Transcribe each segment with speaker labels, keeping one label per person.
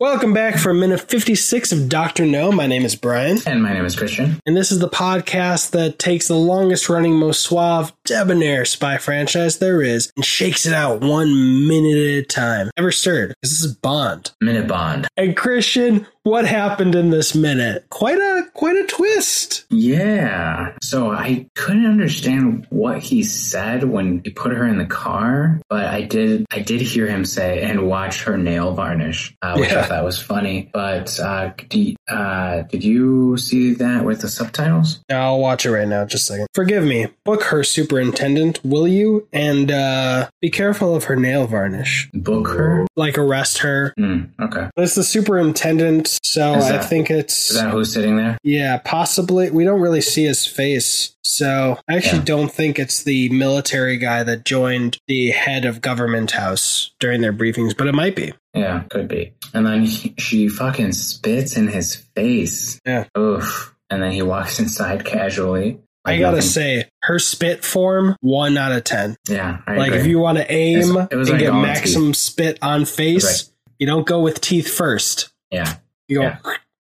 Speaker 1: Welcome back for minute 56 of Dr. No. My name is Brian,
Speaker 2: And my name is Christian.
Speaker 1: and this is the podcast that takes the longest running, most suave, debonair spy franchise there is and shakes it out one minute at a time. Ever stirred? Because this is Bond.
Speaker 2: Minute Bond.
Speaker 1: And Christian, what happened in this minute? Quite a quite a twist.
Speaker 2: Yeah. So I couldn't understand what he said when he put her in the car, but I did. I did hear him say and watch her nail varnish, uh, which
Speaker 1: Yeah.
Speaker 2: I thought was funny. But uh, do you- uh, did you see that with the subtitles?
Speaker 1: Now, I'll watch it right now, just a second. Forgive me. Book her superintendent, will you? And uh be careful of her nail varnish.
Speaker 2: Book her.
Speaker 1: Like arrest her.
Speaker 2: Hmm, okay.
Speaker 1: It's the superintendent, so
Speaker 2: Is
Speaker 1: I
Speaker 2: that-
Speaker 1: think it's
Speaker 2: Is that who's sitting there?
Speaker 1: Yeah, possibly. We don't really see his face. So I actually
Speaker 2: Yeah.
Speaker 1: don't think it's the military guy that joined the head of government house during their briefings, but it might be.
Speaker 2: Yeah, could be. And then he, she fucking spits in his face.
Speaker 1: Yeah.
Speaker 2: Oof. And then he walks inside casually.
Speaker 1: I
Speaker 2: Like
Speaker 1: gotta
Speaker 2: nothing-
Speaker 1: say, her spit form, one out of ten.
Speaker 2: Yeah. I
Speaker 1: like
Speaker 2: agree.
Speaker 1: if you want to aim
Speaker 2: It's- it was
Speaker 1: and
Speaker 2: like
Speaker 1: get
Speaker 2: all
Speaker 1: maximum spit on face, you don't go with teeth first.
Speaker 2: Yeah.
Speaker 1: You go
Speaker 2: Yeah.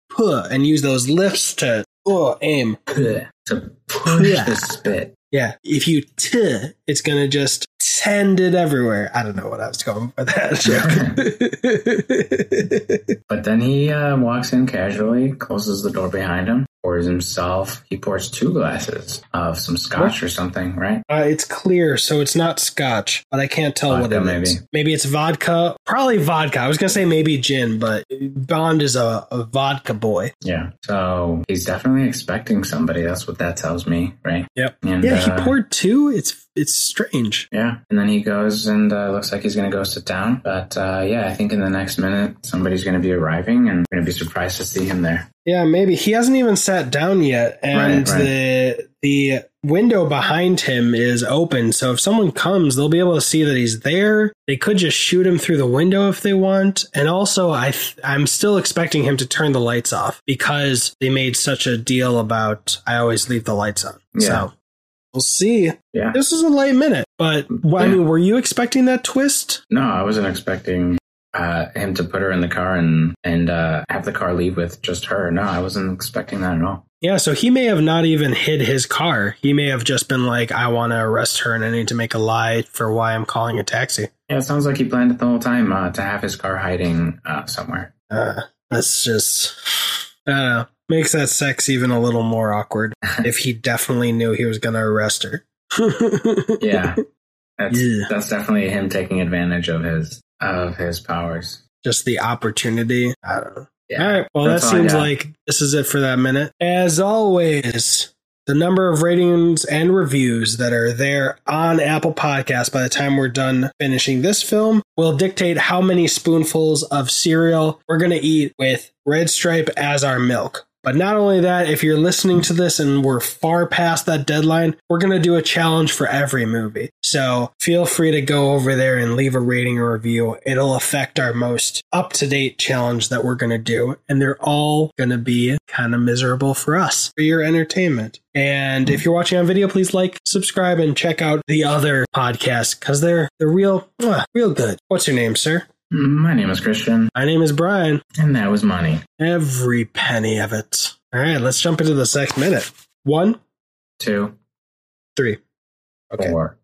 Speaker 1: "Puh," and use those lips to uh, aim.
Speaker 2: to push
Speaker 1: Yeah.
Speaker 2: the spit.
Speaker 1: Yeah. If you t, it's gonna just send it everywhere. I don't know what I was going for that joke.
Speaker 2: But then he uh, walks in casually, closes the door behind him, pours himself. He pours two glasses of some scotch or something, right?
Speaker 1: uh, it's clear, so it's not scotch, but I can't tell
Speaker 2: Vodka,
Speaker 1: what it is.
Speaker 2: maybe.
Speaker 1: Maybe it's vodka. Probably vodka. I was gonna say maybe gin, but Bond is a, a vodka boy.
Speaker 2: Yeah. So he's definitely expecting somebody. That's what that tells me, right?
Speaker 1: Yep.
Speaker 2: And,
Speaker 1: Yeah, he
Speaker 2: uh,
Speaker 1: poured two. It's it's strange.
Speaker 2: Yeah, and then he goes and uh, looks like he's going to go sit down. But uh, yeah, I think in the next minute somebody's going to be arriving, and we're going to be surprised to see him there.
Speaker 1: Yeah, maybe he hasn't even sat down yet, and
Speaker 2: Right, right.
Speaker 1: the the window behind him is open. So if someone comes, they'll be able to see that he's there. They could just shoot him through the window if they want. And also, I th- I'm still expecting him to turn the lights off because they made such a deal about I always leave the lights on.
Speaker 2: Yeah.
Speaker 1: So we'll see.
Speaker 2: Yeah.
Speaker 1: This is a late minute, but well, I
Speaker 2: Yeah.
Speaker 1: mean, were you expecting that twist?
Speaker 2: No, I wasn't expecting uh, him to put her in the car and and uh, have the car leave with just her. No, I wasn't expecting that at all.
Speaker 1: Yeah, so he may have not even hid his car. He may have just been like, I want to arrest her and I need to make a lie for why I'm calling a taxi.
Speaker 2: Yeah, it sounds like he planned it the whole time uh, to have his car hiding uh, somewhere.
Speaker 1: Uh, that's just, I don't know. Makes that sex even a little more awkward if he definitely knew he was going to arrest her.
Speaker 2: Yeah, that's
Speaker 1: Yeah.
Speaker 2: that's definitely him taking advantage of his of his powers.
Speaker 1: Just the opportunity. I don't know.
Speaker 2: Yeah.
Speaker 1: All right. Well,
Speaker 2: That's
Speaker 1: that
Speaker 2: all I
Speaker 1: seems
Speaker 2: got.
Speaker 1: like this is it for that minute. As always, the number of ratings and reviews that are there on Apple Podcasts by the time we're done finishing this film will dictate how many spoonfuls of cereal we're going to eat with Red Stripe as our milk. But not only that, if you're listening to this and we're far past that deadline, we're going to do a challenge for every movie. So feel free to go over there and leave a rating or review. It'll affect our most up to date challenge that we're going to do. And they're all going to be kind of miserable for us, for your entertainment. And if you're watching on video, please like, subscribe, and check out the other podcasts because they're, they're real, mwah, real good. What's your name, sir?
Speaker 2: My name is Christian,
Speaker 1: My name is Brian.
Speaker 2: and that was money.
Speaker 1: Every penny of it. All right, let's jump into the next minute. One,
Speaker 2: Two,
Speaker 1: three. Okay.
Speaker 2: four.